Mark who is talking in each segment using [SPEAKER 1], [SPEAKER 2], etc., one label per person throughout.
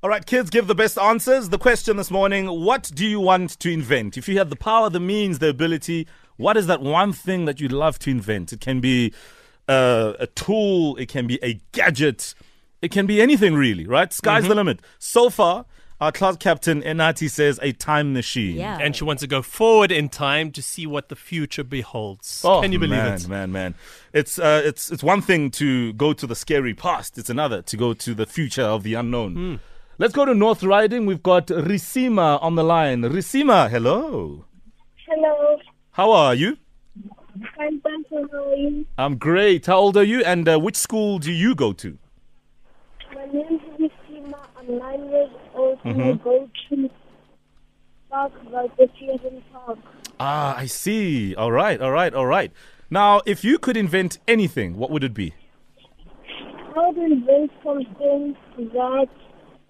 [SPEAKER 1] All right, kids, give the best answers. The question this morning What do you want to invent? If you had the power, the means, the ability, what is that one thing that you'd love to invent? It can be uh, a tool, it can be a gadget, it can be anything really, right? Sky's the limit. So far, our class captain, NIT, says a time machine.
[SPEAKER 2] Yeah.
[SPEAKER 3] And she wants to go forward in time to see what the future beholds.
[SPEAKER 1] Oh,
[SPEAKER 3] Can you believe
[SPEAKER 1] man,
[SPEAKER 3] it?
[SPEAKER 1] Man, man, It's uh, it's it's one thing to go to the scary past. It's another to go to the future of the unknown. Hmm. Let's go to North Riding. We've got Risima on the line. Risima, hello.
[SPEAKER 4] Hello,
[SPEAKER 1] How are you?
[SPEAKER 4] I'm Benson. How are you?
[SPEAKER 1] I'm great. How old are you? And uh, which school do you go to?
[SPEAKER 4] My name is Sima. I'm nine years old. I
[SPEAKER 1] Mm-hmm.
[SPEAKER 4] go to Park Valdefieren Park.
[SPEAKER 1] Ah, I see. All right, all right, all right. Now, if you could invent anything, what would it be?
[SPEAKER 4] How do you invent something that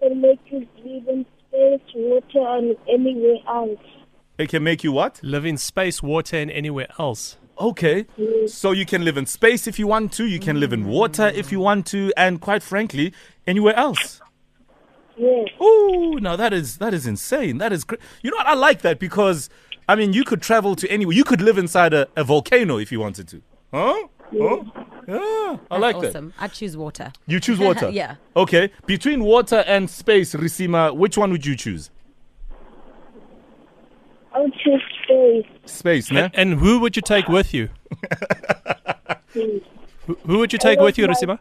[SPEAKER 4] can make you live in space, water, and anywhere else?
[SPEAKER 1] It can make you what?
[SPEAKER 3] Live in space, water, and anywhere else.
[SPEAKER 1] Okay. So you can live in space if you want to, you can live in water if you want to, and quite frankly, anywhere else.
[SPEAKER 4] Yes,
[SPEAKER 1] Ooh, now that is that is insane. That is cra- you know what I like that because I mean you could travel to anywhere. You could live inside a, a volcano if you wanted to. Huh? Huh? Yeah, I like that.
[SPEAKER 2] awesome. I choose water.
[SPEAKER 1] You choose water.
[SPEAKER 2] Yeah.
[SPEAKER 1] Okay. Between water and space, Risima, which one would you choose?
[SPEAKER 4] out to space.
[SPEAKER 1] Space, ne?
[SPEAKER 3] And who would you take with you?
[SPEAKER 4] please.
[SPEAKER 3] Who- Who would you take with you,
[SPEAKER 4] my-
[SPEAKER 3] Rosima?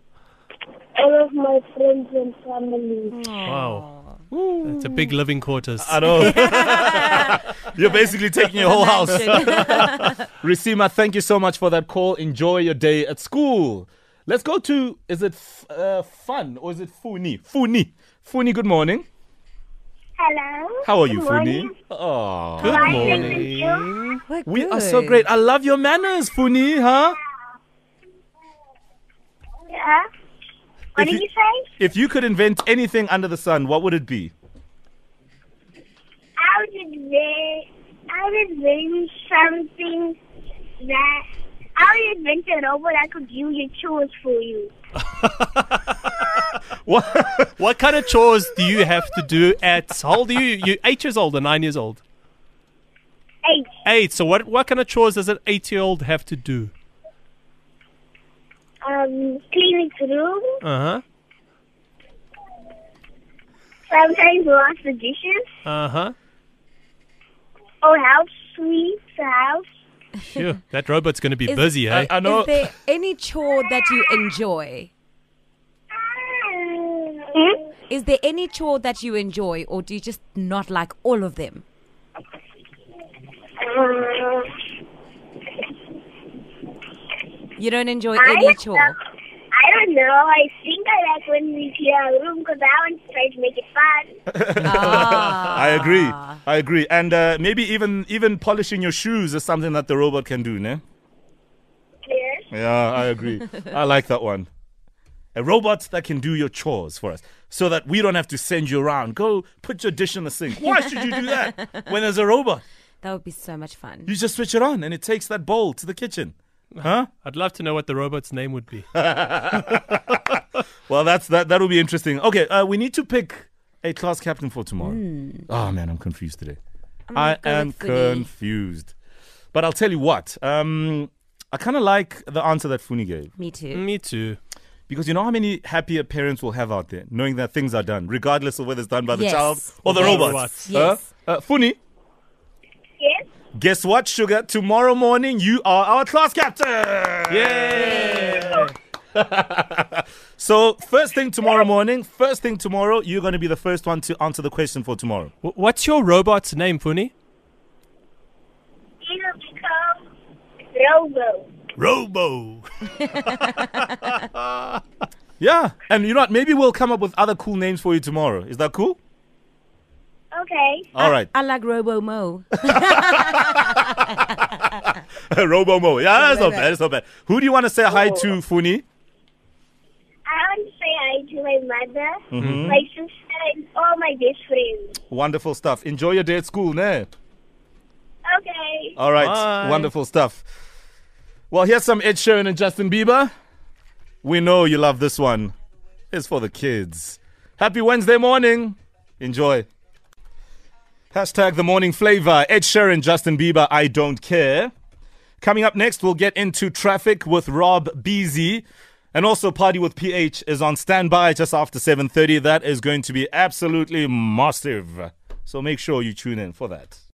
[SPEAKER 4] All of my friends and family.
[SPEAKER 3] Wow. It's a big living quarters.
[SPEAKER 1] I know. You're basically taking your whole house. Risima, thank you so much for that call. Enjoy your day at school. Let's go to is it f- uh, fun or is it Funi? Funi. Funi, good morning.
[SPEAKER 4] Hello.
[SPEAKER 1] How are you, Funi? Oh,
[SPEAKER 3] Good
[SPEAKER 4] you.
[SPEAKER 3] morning.
[SPEAKER 2] We're
[SPEAKER 1] we are
[SPEAKER 2] good.
[SPEAKER 1] so great. I love your manners, Funi, huh?
[SPEAKER 4] Yeah.
[SPEAKER 1] What If did you- you
[SPEAKER 4] say?
[SPEAKER 1] If you could invent anything under the sun, what would it be?
[SPEAKER 4] I would invent, I would invent something that I would invent a robot that could do your chores for you.
[SPEAKER 1] What?
[SPEAKER 3] What kind of chores do you have to do at how old are you? You eight years old or nine years old?
[SPEAKER 4] Hey,
[SPEAKER 3] Eight. So what what kind of chores does an eight year old have to do?
[SPEAKER 4] um, clean its room.
[SPEAKER 1] Uh-huh.
[SPEAKER 3] Uh
[SPEAKER 4] Sometimes wash the dishes
[SPEAKER 3] huh. Uh
[SPEAKER 1] Uh-huh.
[SPEAKER 3] huh.
[SPEAKER 4] or help sweep the house.
[SPEAKER 3] Sure. That robot's gonna be
[SPEAKER 2] Is-
[SPEAKER 3] busy, hey?
[SPEAKER 1] I, I know.
[SPEAKER 2] Is there any chore that you enjoy?
[SPEAKER 4] Hmm?
[SPEAKER 2] Is there any chore that you enjoy, or do you just not like all of them?
[SPEAKER 4] Uh,
[SPEAKER 2] You don't enjoy
[SPEAKER 4] I
[SPEAKER 2] any
[SPEAKER 4] like
[SPEAKER 2] chore.
[SPEAKER 4] the- I don't know. I think I like when we clean our room because I want to try to make it fun.
[SPEAKER 1] I agree. I agree. And uh, maybe even even polishing your shoes is something that the robot can do, ne?
[SPEAKER 4] Yes.
[SPEAKER 1] Yeah, I agree. I like that one. A robot that can do your chores for us so that we don't have to send you around. Go put your dish in the sink. Why should you do that when there's a robot?
[SPEAKER 2] That would be so much fun.
[SPEAKER 1] You just switch it on and it takes that bowl to the kitchen. Huh?
[SPEAKER 3] I'd love to know what the robot's name would be.
[SPEAKER 1] Well, that's that. That'll be interesting. Okay, uh, we need to pick a class captain for tomorrow.
[SPEAKER 2] Hmm.
[SPEAKER 1] Oh man, I'm confused today.
[SPEAKER 2] gonna
[SPEAKER 1] I
[SPEAKER 2] go
[SPEAKER 1] am
[SPEAKER 2] with Funi.
[SPEAKER 1] confused. But I'll tell you what. Um, I kind of like the answer that Funi gave.
[SPEAKER 2] Me too.
[SPEAKER 3] Me too.
[SPEAKER 1] Because you know how many happier parents will have out there knowing that things are done, regardless of whether it's done by the
[SPEAKER 2] Yes.
[SPEAKER 1] child or the
[SPEAKER 3] Yes.
[SPEAKER 1] robot.
[SPEAKER 3] Robots.
[SPEAKER 2] Yes.
[SPEAKER 1] Huh? Uh, Funi,
[SPEAKER 4] Yes.
[SPEAKER 1] guess what, sugar? Tomorrow morning you are our class captain.
[SPEAKER 3] Yeah.
[SPEAKER 1] So first thing tomorrow morning, first thing tomorrow, you're going to be the first one to answer the question for tomorrow.
[SPEAKER 3] What's your robot's name, Funi?
[SPEAKER 4] It'll become Robo.
[SPEAKER 3] Robo.
[SPEAKER 1] Yeah, and you know what? Maybe we'll come up with other cool names for you tomorrow. Is that cool?
[SPEAKER 4] Okay.
[SPEAKER 1] All right,
[SPEAKER 2] I like Robo Mo.
[SPEAKER 1] Robo Mo. Yeah, that's not bad. That's not bad. Who do you want to say hi to, Funi?
[SPEAKER 4] I want to say hi to my mother, my sister, and all my best friends.
[SPEAKER 1] Wonderful stuff. Enjoy your day at school, ne?
[SPEAKER 4] Okay.
[SPEAKER 1] All right.
[SPEAKER 3] Bye.
[SPEAKER 1] Wonderful stuff. Well, here's some Ed Sheeran and Justin Bieber. We know you love this one. It's for the kids. Happy Wednesday morning. Enjoy. Hashtag the morning flavor. Ed Sheeran, Justin Bieber, I don't care. Coming up next, we'll get into traffic with Rob Beasy. And also Party with PH is on standby just after 7:30. That is going to be absolutely massive. So make sure you tune in for that.